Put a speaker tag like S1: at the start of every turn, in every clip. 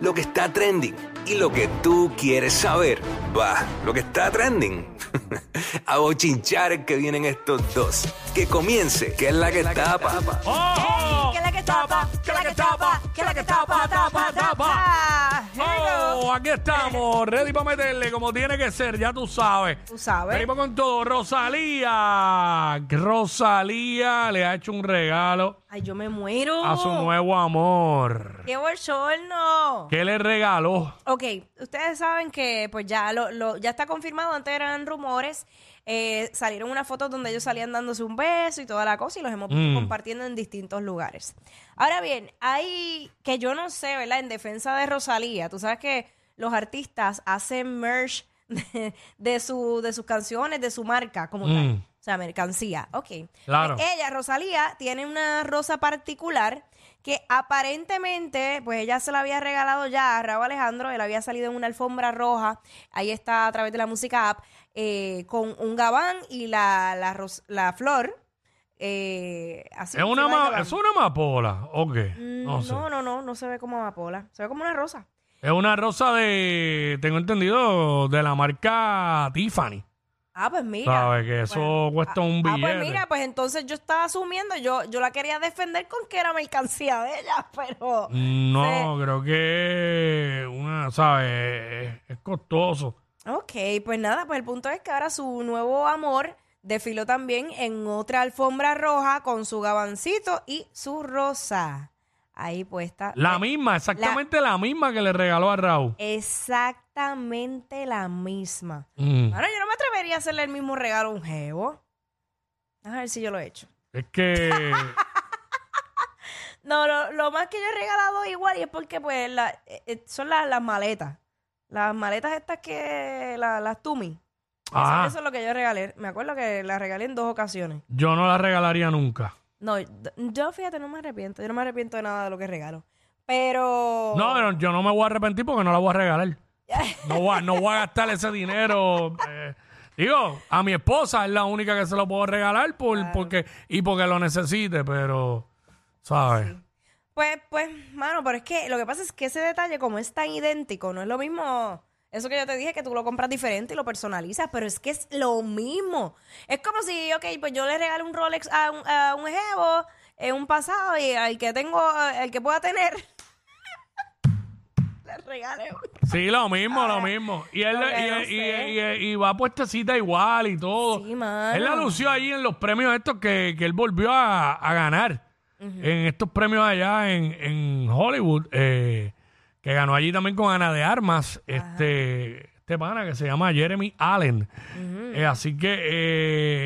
S1: lo que está trending y lo que tú quieres saber. Va, lo que está trending. A bochinchar que vienen estos dos. Que comience, que es la que tapa.
S2: ¡Oh!
S3: que la que tapa, que la que tapa, que la que tapa, tapa, tapa. Here we go.
S2: ¡Oh! Aquí estamos, ready para meterle como tiene que ser, ya tú sabes.
S3: Tú sabes.
S2: Venimos con todo. Rosalía. Rosalía le ha hecho un regalo
S3: Ay, yo me muero.
S2: a su nuevo amor.
S3: Oh. ¡Qué bochorno!
S2: ¿Qué le regaló?
S3: Ok, ustedes saben que pues ya lo, lo- ya está confirmado, antes eran rumores. eh, salieron unas fotos donde ellos salían dándose un beso y toda la cosa y los hemos visto compartiendo en distintos lugares. Ahora bien, hay que yo no sé, ¿verdad? En defensa de Rosalía, tú sabes que los artistas hacen merch de, de su, de sus canciones, de su marca como tal. O sea, mercancía. Ok.
S2: Claro.
S3: Pues ella, Rosalía, tiene una rosa particular que aparentemente, pues ella se la había regalado ya a Raúl Alejandro, él había salido en una alfombra roja, ahí está a través de la música app, eh, con un gabán y la, la, ros- la flor. eh, así
S2: Es una,
S3: encima del
S2: ma-
S3: gabán.
S2: es una amapola. ¿O qué?
S3: Mm,
S2: No sé.
S3: no, no, no, no se ve como amapola, se ve como una rosa.
S2: Es una rosa de, tengo entendido, de la marca Tiffany.
S3: Ah, pues mira.
S2: ¿Sabes? Que eso
S3: Bueno,
S2: cuesta un
S3: Ah,
S2: billete.
S3: pues mira, pues entonces yo estaba asumiendo, yo, yo la quería defender con que era mercancía de ella, pero...
S2: No, creo que una, ¿sabes? Es- Es costoso.
S3: Ok, pues nada, pues el punto es que ahora su nuevo amor desfiló también en otra alfombra roja con su gabancito y su rosa. Ahí puesta.
S2: La
S3: Eh,
S2: misma, exactamente la, misma que le regaló a Raúl.
S3: Exactamente la misma.
S2: Mm.
S3: Ahora yo no me atrevería a hacerle el mismo regalo a un jevo. A ver si yo lo he hecho.
S2: Es que
S3: No, lo, lo más que yo he regalado igual y es porque pues la- eh, eh, son la- las maletas. Las maletas estas que... la- las Tumi. Eso-
S2: Ah.
S3: eso es lo que yo regalé. Me acuerdo que las regalé en dos ocasiones.
S2: yo no la regalaría nunca.
S3: No, d- yo fíjate, no me arrepiento. Yo no me arrepiento de nada de lo que regalo. Pero.
S2: No, pero yo no me voy a arrepentir porque no la voy a regalar. No voy a, no voy a gastar ese dinero. eh, digo, a mi esposa es la única que se lo puedo regalar por, porque, y porque lo necesite, pero, ¿sabes?
S3: Pues, pues, mano, pero es que lo que pasa es que ese detalle, como es tan idéntico, no es lo mismo. Eso que yo te dije, que tú lo compras diferente y lo personalizas, pero es que es lo mismo. Es como si, ok, pues yo le regalo un Rolex a un, a un jevo, eh, un pasado, y al que tengo, al que pueda tener, le regalé un
S2: Sí, lo mismo, lo mismo. Y él
S3: lo que
S2: y,
S3: Ah, no
S2: y-
S3: sé.
S2: y- y- y va puestecita igual y todo.
S3: Sí, mano.
S2: Él la lució ahí en los premios estos que, que él volvió a, a ganar. En estos premios allá en, en Hollywood, eh, que ganó allí también con Ana de Armas, este, este pana que se llama Jeremy Allen. Eh, así que,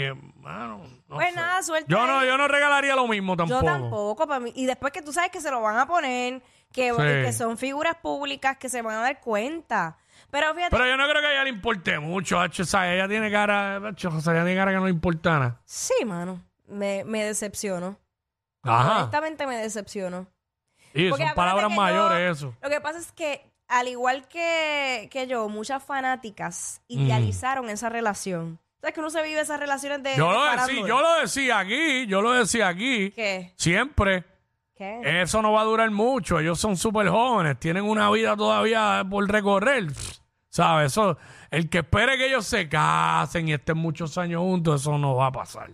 S2: eh, mano, no
S3: Pues
S2: sé.
S3: nada, suerte
S2: Yo no,
S3: ahí.
S2: yo no regalaría lo mismo tampoco.
S3: Yo tampoco, para mí. Y después que tú sabes que se lo van a poner, que,
S2: Sí.
S3: que son figuras públicas que se van a dar cuenta. Pero fíjate,
S2: Pero yo no creo que a ella le importe mucho, hacho, o sea, ella tiene cara, hacho, o sea, ella tiene cara que no le importa nada.
S3: sí, mano, me, me decepcionó.
S2: Ajá.
S3: Honestamente me decepcionó.
S2: Y
S3: Porque
S2: son
S3: acuérdate
S2: palabras
S3: que
S2: mayores
S3: yo-
S2: eso.
S3: Lo que pasa es que, al igual que, que yo, muchas fanáticas
S2: Mm.
S3: idealizaron esa relación. ¿Sabes que uno se vive esas relaciones de...
S2: Yo
S3: de
S2: lo decía,
S3: farándula?
S2: yo lo decía aquí, yo lo decía aquí.
S3: ¿Qué?
S2: Siempre.
S3: ¿Qué?
S2: Eso no va a durar mucho. Ellos son súper jóvenes, tienen una vida todavía por recorrer. Pff, ¿Sabes? Eso, el que espere que ellos se casen y estén muchos años juntos, eso no va a pasar.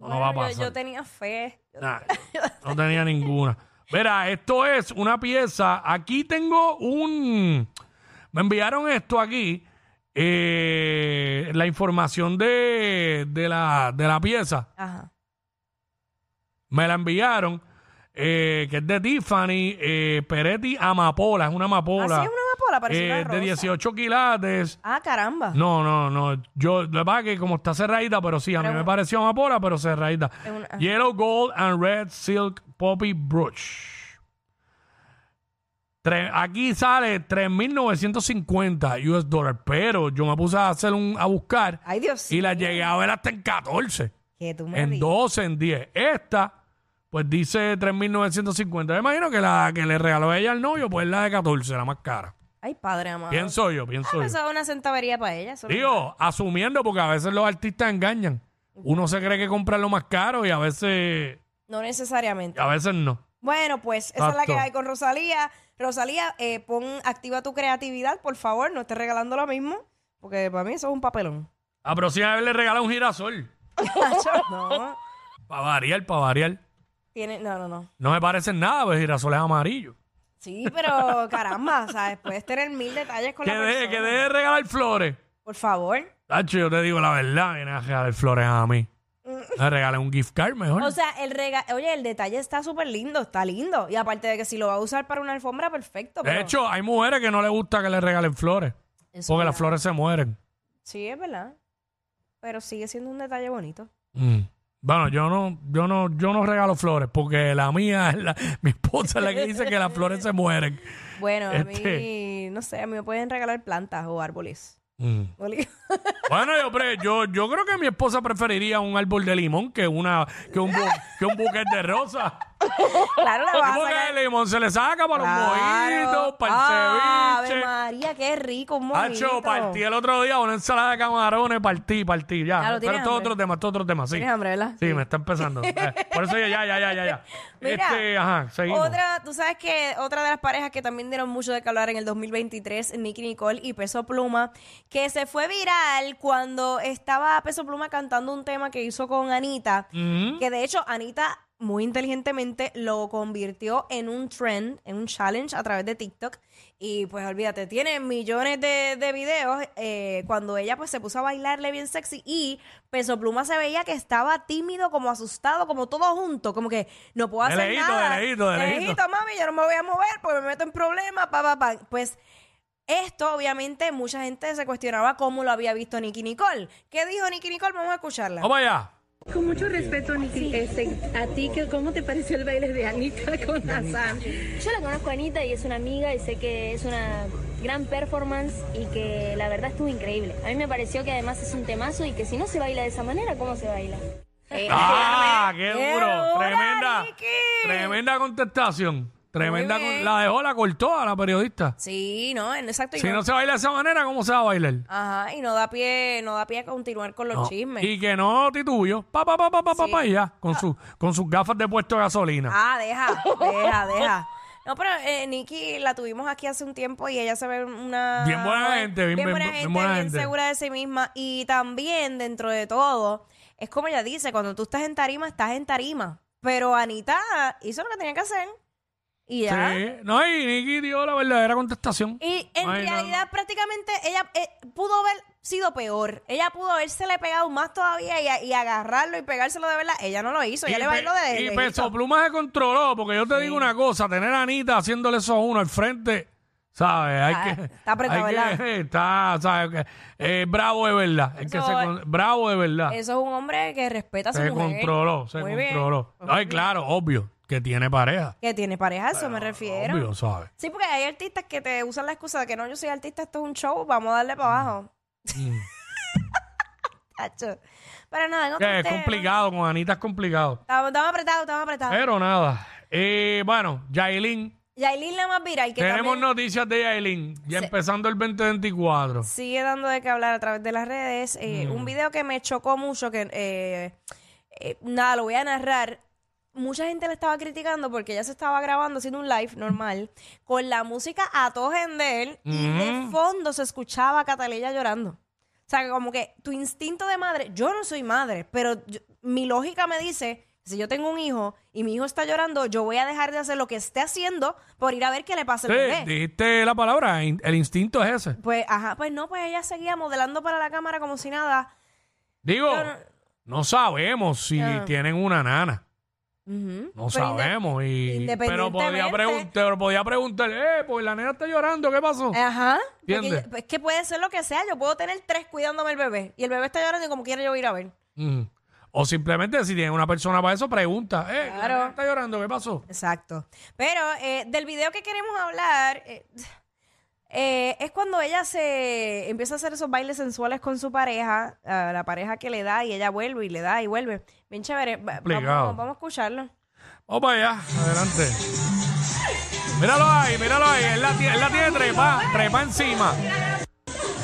S2: No, no va a
S3: Bueno, yo-
S2: pasar.
S3: yo tenía fe.
S2: Nah, no tenía ninguna. Verá, esto es una pieza. Aquí tengo un. Me enviaron esto aquí. eh, la información de, de, la, de la pieza.
S3: Ajá.
S2: Me la enviaron. eh, que es de Tiffany eh, Peretti Amapola. Es una
S3: Así
S2: amapola.
S3: es Ah, una amapola, parecía
S2: eh,
S3: una rosa.
S2: de 18 quilates.
S3: Ah, caramba.
S2: No, no, no. Yo, la verdad que como está cerradita, pero sí, a mí
S3: Pero-
S2: me
S3: Ah.
S2: pareció amapola, pero cerradita.
S3: Es una-
S2: Yellow, gold and red silk poppy brooch. Tre- Aquí sale 3.950 US dólares, pero yo me puse a hacer un, a buscar
S3: Ay, Dios.
S2: y la llegué a ver hasta en 14,
S3: que tú Ah, me
S2: en
S3: digas.
S2: 12, en 10. Esta, pues dice 3.950. Yo imagino que la que le regaló ella al novio, pues es la de 14, la más cara.
S3: Ay, padre amado.
S2: Pienso yo, pienso
S3: Ah,
S2: yo.
S3: Eso es una centavería para ella. eso no-
S2: Digo, asumiendo, porque a veces los artistas engañan. Uno se cree que compra lo más caro y a veces,
S3: no necesariamente.
S2: a veces no.
S3: Bueno, pues esa es la que
S2: Exacto.
S3: hay con Rosalía. Rosalía, eh, pon, activa tu creatividad, por favor, no estés regalando lo mismo, porque para mí eso es un papelón.
S2: La próxima vez le regala un girasol.
S3: Nacho, no,
S2: Para variar, para variar.
S3: tiene, no, no, no.
S2: No me parecen nada, pues girasol es amarillo.
S3: Sí, pero caramba, o sea, puedes tener mil detalles con
S2: Que
S3: la
S2: deje,
S3: persona.
S2: que deje de regalar flores.
S3: Por favor.
S2: Tacho, yo te digo la verdad, viene a regalar flores a mí. Me regala un gift card mejor.
S3: Mm. O sea, el rega oye, el detalle está súper lindo, está lindo. Y aparte de que si lo va a usar para una alfombra, perfecto.
S2: de
S3: pero-
S2: hecho, hay mujeres que no les gusta que les regalen flores.
S3: Eso
S2: Porque
S3: ya-
S2: las flores se mueren.
S3: Sí, es verdad. Pero sigue siendo un detalle bonito.
S2: Mm. Bueno, yo no, yo no, yo no regalo flores, porque la mía, la- mi esposa es la que dice que las flores se mueren.
S3: Bueno, a mí,
S2: Este-
S3: no sé, a mí me pueden regalar plantas o árboles.
S2: Mm.
S3: Oli-
S2: Bueno, yo, pre- yo, yo creo que mi esposa preferiría un árbol de limón que una, que un, bu- que un buquete de rosas.
S3: Claro, la vas a
S2: Porque
S3: sacar.
S2: el limón se le saca para
S3: Claro.
S2: los mojitos,
S3: Ah,
S2: para el
S3: Ave
S2: ceviche.
S3: María, qué rico, un mojito.
S2: Hacho, partí el otro día una ensalada de camarones, partí, partí, ya.
S3: Ya lo
S2: Pero
S3: tienes,
S2: esto es
S3: hambre.
S2: otro tema, esto es otro tema, sí.
S3: Tienes hambre, ¿verdad?
S2: Sí, me está empezando. Eh, Por eso ya, ya, ya, ya, ya.
S3: Mira,
S2: este, ajá, seguimos.
S3: Otra, tú sabes que otra de las parejas que también dieron mucho de que hablar en el 2023, Nicky Nicole y Peso Pluma, que se fue viral cuando estaba Peso Pluma cantando un tema que hizo con Anita,
S2: Ujú.
S3: que de hecho Anita muy inteligentemente lo convirtió en un trend, en un challenge a través de TikTok. Y pues olvídate, tiene millones de, de videos eh, cuando ella pues se puso a bailarle bien sexy y Peso Pluma se veía que estaba tímido, como asustado, como todo junto, como que no puedo
S2: De
S3: hacer
S2: lejito,
S3: nada.
S2: de lejito, de lejito.
S3: lejito, mami, yo no me voy a mover porque me meto en problemas, pa, pa, pa. Pues esto, obviamente, mucha gente se cuestionaba cómo lo había visto Nicky Nicole. ¿Qué dijo Nicky Nicole? Vamos a escucharla.
S2: Vamos allá.
S4: Con mucho respeto, Niki, este, a ti, que- ¿cómo te pareció el baile de Anita con Hassan?
S5: Yo la conozco a Anita y es una amiga y sé que es una gran performance y que la verdad estuvo increíble. A mí me pareció que además es un temazo y que si no se baila de esa manera, ¿cómo se baila?
S3: Eh,
S2: ¡Ah! ¡Qué
S3: ¡Qué
S2: duro!
S3: dura,
S2: Tremenda.
S3: Eh, Nicky!
S2: Tremenda contestación. Tremenda.
S3: Muy
S2: con-
S3: bien.
S2: la dejó, la cortó a la periodista.
S3: Sí, no, en- exacto. y
S2: Si
S3: no-
S2: no se baila de esa manera, ¿cómo se va a bailar?
S3: Ajá, y no da pie, no da pie a continuar con los
S2: No.
S3: chismes.
S2: Y que no titubió. Pa, pa, pa, pa, pa, pa,
S3: Sí.
S2: pa, y ya. Con, su, con sus gafas de puesto de gasolina.
S3: Ah, deja, deja, deja. No, pero eh, Nikki la tuvimos aquí hace un tiempo y ella se ve una...
S2: Bien buena gente, bien- bien-
S3: buena
S2: bien
S3: gente,
S2: buena
S3: bien
S2: gente.
S3: segura de sí misma. Y también, dentro de todo, es como ella dice, cuando tú estás en tarima, estás en tarima. Pero Anita hizo lo que tenía que hacer y ya.
S2: Sí. No, y Nicky dio la verdadera contestación.
S3: Y en
S2: Ay, no,
S3: realidad prácticamente ella eh, pudo haber sido peor. Ella pudo habérsele pegado más todavía y, a- y agarrarlo y pegárselo de verdad. Ella no lo hizo, ella
S2: Y
S3: le
S2: pe-
S3: bailó de
S2: Y
S3: de-
S2: Peso Pluma se controló, porque yo te digo una cosa, tener a Anita haciéndole eso a uno al frente, ¿sabes? Hay
S3: Ah,
S2: que,
S3: está apretado,
S2: hay que-
S3: ¿verdad?
S2: está, ¿sabes? Que, eh, bravo de verdad. El que
S3: Eso
S2: se con- bravo de verdad.
S3: Eso es un hombre que respeta a su
S2: Ah. Se
S3: mujer.
S2: controló, se
S3: Muy bien.
S2: controló. Ay, claro, obvio, que tiene pareja.
S3: Que tiene pareja, a eso me refiero.
S2: Obvio, ¿sabes?
S3: Sí, porque hay artistas que te usan la excusa de que no, yo soy artista, esto es un show, vamos a darle
S2: Mm.
S3: para abajo. Tacho. Pero nada, en otros
S2: Que es
S3: temas.
S2: complicado, con Anita es complicado.
S3: Estamos, estamos apretados, estamos apretados.
S2: Pero nada. Eh, bueno, Yailin.
S3: Yailin la más viral, que
S2: Tenemos
S3: también
S2: noticias de Yailin. Ya
S3: Sí.
S2: empezando el 2024.
S3: sigue dando de qué hablar a través de las redes. Eh, Un video que me chocó mucho, que eh, eh, nada, lo voy a narrar. Mucha gente la estaba criticando porque ella se estaba grabando haciendo un live normal con la música a todo él y de fondo se escuchaba a Cataleya llorando. O sea, que como que tu instinto de madre, yo no soy madre, pero yo- mi lógica me dice, si yo tengo un hijo y mi hijo está llorando, yo voy a dejar de hacer lo que esté haciendo por ir a ver qué le pasa al bebé.
S2: Sí, dijiste la palabra, in- el instinto es ese.
S3: Pues, ajá, pues no, pues ella seguía modelando para la cámara como si nada.
S2: Digo,
S3: Yo no-
S2: no sabemos si
S3: Ah.
S2: tienen una nana.
S3: Ujú.
S2: No
S3: Pero inde-
S2: sabemos. Y, pero podía,
S3: Pues, independientemente-
S2: pregun- pero podía preguntarle, eh, pues la nena está llorando, ¿qué pasó?
S3: Ajá. porque
S2: ¿Entiendes?
S3: yo- pues, es que puede ser lo que sea. Yo puedo tener tres cuidándome el bebé. Y el bebé está llorando y como quiera yo voy a ir a ver.
S2: Mm. O simplemente si tienen una persona para eso, pregunta. Eh,
S3: Claro.
S2: claro. está llorando, ¿qué pasó?
S3: Exacto. Pero eh, del video que queremos hablar eh, eh, es cuando ella se empieza a hacer esos bailes sensuales con su pareja, a la pareja que le da y ella vuelve y le da y vuelve. Bien chévere. Va-
S2: Complicado.
S3: Vamos, vamos a escucharlo.
S2: Vamos para allá, adelante. Míralo ahí, míralo ahí. Él la, tie- él la tiene trepa, trepa encima.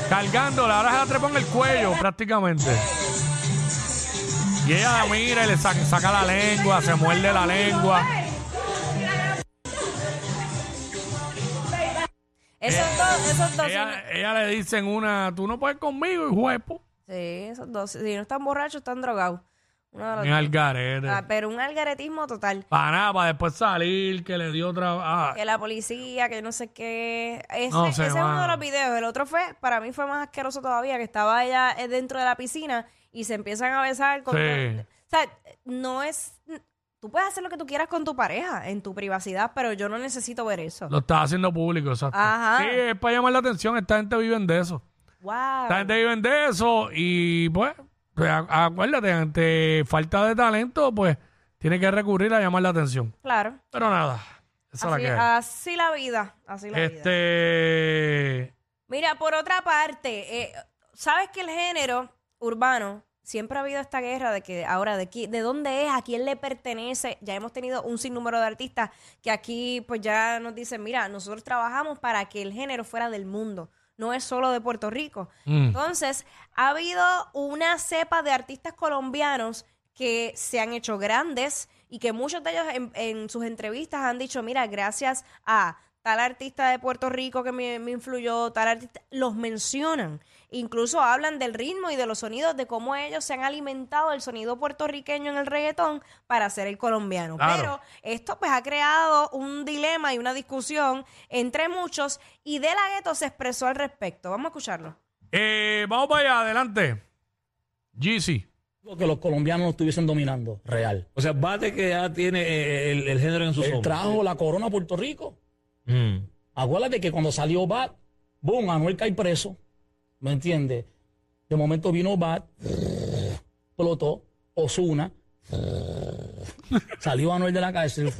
S2: Cargándola, ahora se la trepa en el cuello prácticamente. Y ella la mira y le sa- saca la lengua, se muerde la lengua.
S3: Esos dos, esos dos. si
S2: Ella,
S3: no-
S2: ella le dicen una, tú no puedes conmigo, hijo de pu-".
S3: sí, esos dos. Si no están borrachos, están drogados. Uno de los
S2: En
S3: dos.
S2: Algarete.
S3: Ah, pero un algaretismo total.
S2: Para nada, para después salir, que le dio otra... ah,
S3: Que la policía, que no sé qué. Ese,
S2: No sé,
S3: ese es uno de
S2: mano.
S3: los videos. El otro fue, para mí fue más asqueroso todavía, que estaba ella eh, dentro de la piscina y se empiezan a besar. Con
S2: Sí.
S3: O sea, no es... Tú puedes hacer lo que tú quieras con tu pareja, en tu privacidad, pero yo no necesito ver eso.
S2: Lo está haciendo público, exacto.
S3: Ajá.
S2: Sí, es para llamar la atención. Esta gente vive de eso.
S3: wow.
S2: Esta gente vive de eso y, pues, pues, a- acuérdate, ante falta de talento, pues, tiene que recurrir a llamar la atención.
S3: Claro.
S2: Pero nada, esa es la
S3: Así,
S2: que hay.
S3: así la vida. Así la vida.
S2: Este...
S3: Mira, por otra parte, eh, sabes que el género urbano siempre ha habido esta guerra de que ahora de qui- de dónde es, a quién le pertenece. Ya hemos tenido un sinnúmero de artistas que aquí pues ya nos dicen, mira, nosotros trabajamos para que el género fuera del mundo, no es solo de Puerto Rico.
S2: Mm.
S3: Entonces, ha habido una cepa de artistas colombianos que se han hecho grandes y que muchos de ellos en, en sus entrevistas han dicho, mira, gracias a tal artista de Puerto Rico que me, me influyó, tal artista, los mencionan. Incluso hablan del ritmo y de los sonidos, de cómo ellos se han alimentado el sonido puertorriqueño en el reggaetón para ser el colombiano.
S2: Claro.
S3: Pero esto pues ha creado un dilema y una discusión entre muchos y De La Ghetto se expresó al respecto. Vamos a escucharlo.
S2: Eh, vamos para allá, adelante. Jeezy.
S6: Digo que los colombianos estuviesen dominando, real.
S7: O sea, Bate que ya tiene eh, el, el género en sus
S6: Él
S7: hombros.
S6: trajo la corona a Puerto Rico.
S7: Mm.
S6: Acuérdate que cuando salió Bad, boom, Anuel cae preso. ¿Me entiendes? De momento vino Bad, explotó, Osuna, salió Anuel de la cárcel.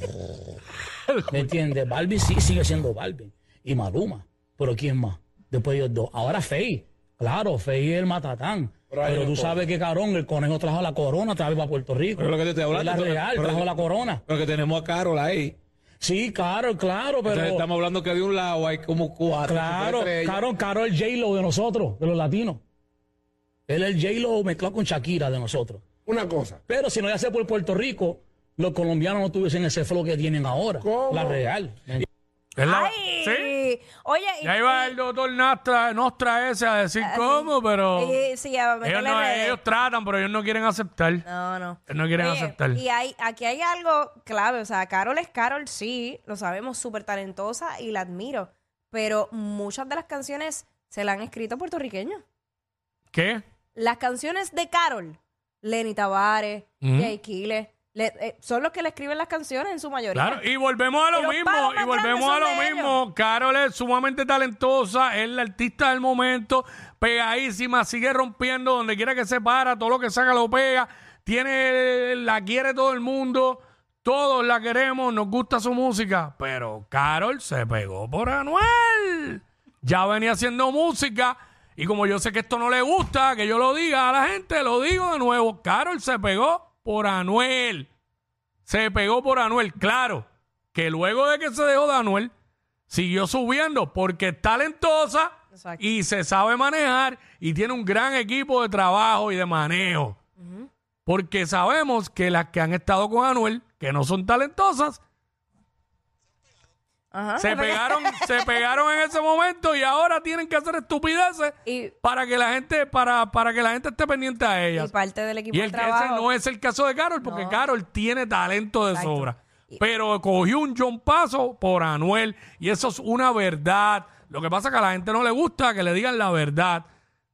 S6: ¿Me entiendes? Balvin sí sigue siendo Balvin. Y Maluma. Pero ¿quién más? Después ellos dos. Ahora Fey. Claro, Fey es el matatán. Pero tú sabes que Carón, el conejo trajo la corona otra vez para Puerto Rico.
S7: Pero lo que yo te hablaba,
S6: Fue La
S7: pero-
S6: real,
S7: pero-
S6: trajo la corona.
S7: Pero que tenemos a Carol ahí.
S6: Sí, claro, claro, pero.
S7: Entonces, estamos hablando que de un lado hay como cuatro.
S6: Claro,
S7: superestrellas.
S6: Carol, Carol J-Lo de nosotros, de los latinos. Él es el J-Lo mezclado con Shakira de nosotros.
S8: Una cosa.
S6: Pero si no ya sea por Puerto Rico, los colombianos no tuviesen ese flow que tienen ahora. La real.
S2: ¿Es la-
S3: ¡Ay!
S2: ¿Sí?
S3: Oye, y-
S2: Ya iba el doctor Nostra, Nostra ese a decir cómo, pero...
S3: y- sí, a
S2: ellos,
S3: meterle
S2: no-
S3: redes.
S2: ellos tratan, pero ellos no quieren aceptar.
S3: No, no.
S2: No quieren
S3: Oye,
S2: aceptar.
S3: Y hay, aquí hay algo clave. O sea, Carol es Carol, sí, lo sabemos, súper talentosa y la admiro. Pero muchas de las canciones se la han escrito puertorriqueños.
S2: ¿Qué?
S3: Las canciones de Carol, Lenny Tavares,
S2: Ujú.
S3: Jay Kile, le- eh, son los que le escriben las canciones en su mayoría.
S2: Claro, y volvemos a
S3: Y
S2: lo
S3: los
S2: mismo,
S3: palos
S2: y
S3: más
S2: volvemos a
S3: grandes
S2: lo
S3: son de
S2: mismo. Carol es sumamente talentosa, es la artista del momento, pegadísima, sigue rompiendo donde quiera que se para, todo lo que saca lo pega, tiene, la quiere todo el mundo, todos la queremos, nos gusta su música, pero Carol se pegó por Anuel. Ya venía haciendo música, y como yo sé que esto no le gusta, que yo lo diga a la gente, lo digo de nuevo, Carol se pegó por Anuel se pegó por Anuel. Claro, que luego de que se dejó de Anuel, siguió subiendo porque es talentosa
S3: Exacto.
S2: y se sabe manejar y tiene un gran equipo de trabajo y de manejo. Porque sabemos que las que han estado con Anuel, que no son talentosas,
S3: Ajá.
S2: se pegaron, se pegaron en ese momento y ahora tienen que hacer estupideces
S3: Y-
S2: para que la gente, para, para que la gente esté pendiente a
S3: Y
S2: ellas.
S3: parte del equipo
S2: Y
S3: de
S2: el, ese
S3: trabajo.
S2: no es el caso de Carol, porque
S3: No.
S2: Carol tiene talento de
S3: Exacto.
S2: sobra. Pero cogió un John Paso por Anuel, y eso es una verdad. Lo que pasa es que a la gente no le gusta que le digan la verdad.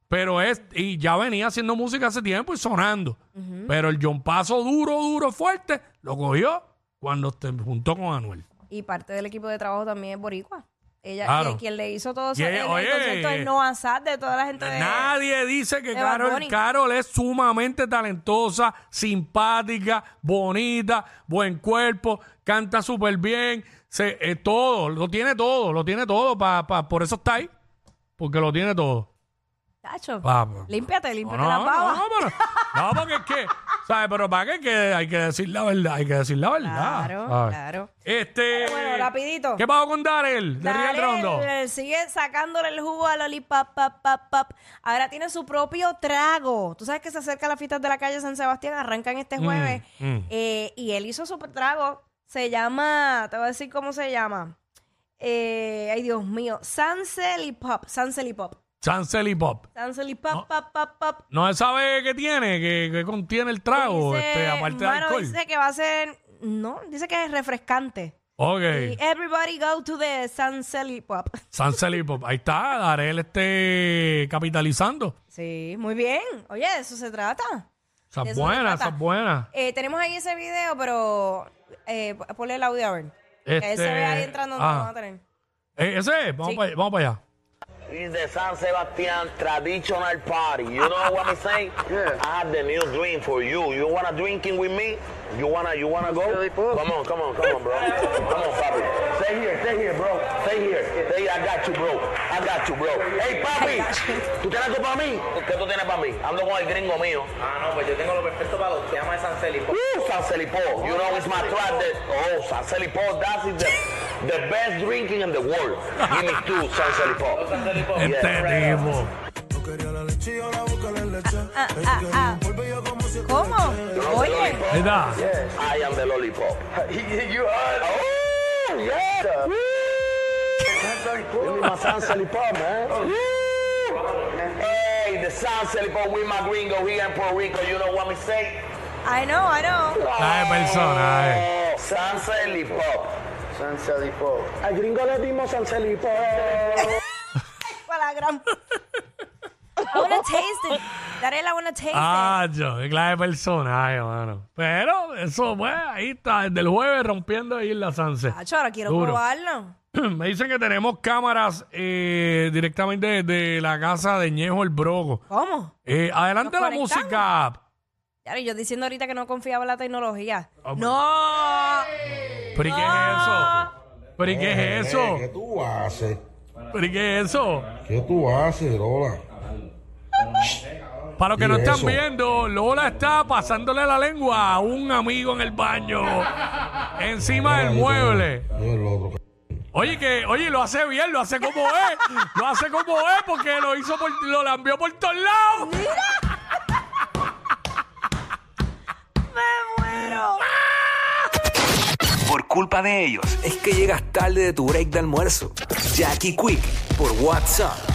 S2: Pero es, y ya venía haciendo música hace tiempo y sonando. Pero el John Paso duro, duro, fuerte, lo cogió cuando se juntó con Anuel.
S3: Y parte del equipo de trabajo también es boricua. Ella,
S2: Claro.
S3: quien, quien le hizo todo eso,
S2: Y
S3: el,
S2: ella-
S3: el
S2: oye.
S3: concierto de Noah Sad, de toda la gente de...
S2: Nadie dice que
S3: Eh, de Bad
S2: Carol,
S3: Bunny.
S2: Carol es sumamente talentosa, simpática, bonita, buen cuerpo, canta súper bien, se, eh, todo, lo tiene todo, lo tiene todo, pa, pa- por eso está ahí, porque lo tiene todo.
S3: Tacho,
S2: Pa- pa-
S3: límpiate,
S2: No,
S3: límpiate
S2: no,
S3: la baba.
S2: no, pero- no, porque es que, ¿sabes? Pero para qué que hay que decir la verdad, hay que decir la verdad.
S3: Claro,
S2: ¿sabes?
S3: claro.
S2: Este,
S3: Bueno, rapidito.
S2: ¿Qué pasó con Darel? De Real Rondo.
S3: Darel sigue sacándole el jugo a Lollipop, pap, pap, pap. Ahora tiene su propio trago. Tú sabes que se acerca las fiestas de la calle San Sebastián, arrancan este
S2: Mm.
S3: jueves. Eh, y él hizo su trago. Se llama, te voy a decir cómo se llama. Eh, ay, Dios mío. Sanselipop, Sanselipop.
S2: Chancel y Pop.
S3: Sanselipop, pap, pap, pap.
S2: No se sabe qué tiene, qué, qué contiene el trago,
S3: Dice,
S2: este, aparte de
S3: mano,
S2: alcohol.
S3: dice que va a ser, no, dice que es refrescante.
S2: Ok,
S3: Y everybody go to the Sanselipop.
S2: Sansel y Pop. Ahí está, Darel este capitalizando.
S3: Sí, muy bien. Oye, de eso se trata.
S2: Esas
S3: De eso se
S2: buenas,
S3: trata.
S2: esas buenas.
S3: Eh, tenemos ahí ese video, pero eh, ponle el audio a ver. Que él se
S2: Este,
S3: ve ahí entrando donde
S2: ah.
S3: lo van a tener.
S2: Eh, ese, es, vamos,
S3: Sí.
S2: para, vamos para allá.
S8: It's the San Sebastian traditional party. You know what I'm saying?
S9: Yeah.
S8: I have the new drink for you. You wanna drinking with me? You wanna you wanna go?
S9: Really, bro?
S8: Come on, come on, come on, bro. come on, papi. Stay here, stay here, bro. Stay here. Stay here. I got you, bro. I got you, bro. Hey, papi. ¿Tú tienes algo para mí? ¿Qué tú tienes para mí? Ando con el gringo mío.
S9: Ah, no, pues yo tengo lo perfecto para los temas de San Felipe.
S8: Woo, Uh, San Felipo. You know it's my tribe. That, oh, San Felipo, that is the, the best drinking in the world. Give me two, San Felipo.
S2: Este tipo.
S3: Ah, ah, ah. ¿Cómo? Oye,
S2: Ahí está.
S8: I am the lollipop. you are. Oh, yeah. Give me my San Salipop, man.
S9: Oh.
S8: Hey, the San Salipop with my gringo here in Puerto Rico. You know what me say?
S3: I know, I know.
S2: Ay, persona, ay.
S8: Oh, San Salipop.
S9: San Felipe.
S8: Al gringo le dimos San Salipop.
S3: Para la gran. I wanna taste it. Darela, I wanna taste
S2: Ah, yo, qué clase de personaje, mano. Pero eso, pues, ahí está, desde el jueves rompiendo ahí en la Sanse.
S3: it. Tacho, ahora quiero
S2: duro.
S3: probarlo.
S2: Me dicen que tenemos cámaras eh, directamente desde la casa de Ñejo el Broco.
S3: ¿Cómo?
S2: Eh, adelante
S3: Nos
S2: la
S3: conectamos.
S2: música.
S3: Claro, y yo diciendo ahorita que no confiaba en la tecnología.
S2: Ah,
S3: ¡No!
S2: ¿Pero y qué es eso? ¿Pero y qué
S10: Eh,
S2: es eso?
S10: ¿Qué tú haces?
S2: ¿Pero y qué es eso?
S10: ¿Qué tú haces, Lola?
S2: Para los que no
S10: ¿Y
S2: están
S10: eso?
S2: viendo, Lola está pasándole la lengua a un amigo en el baño, encima del mueble.
S10: Yo el otro.
S2: Oye, que, oye, lo hace bien, lo hace como es, lo hace como es porque lo hizo por, lo lambió por todos lados.
S3: ¡Me muero!
S1: Por culpa de ellos es que llegas tarde de tu break de almuerzo. Jackie Quick por WhatsApp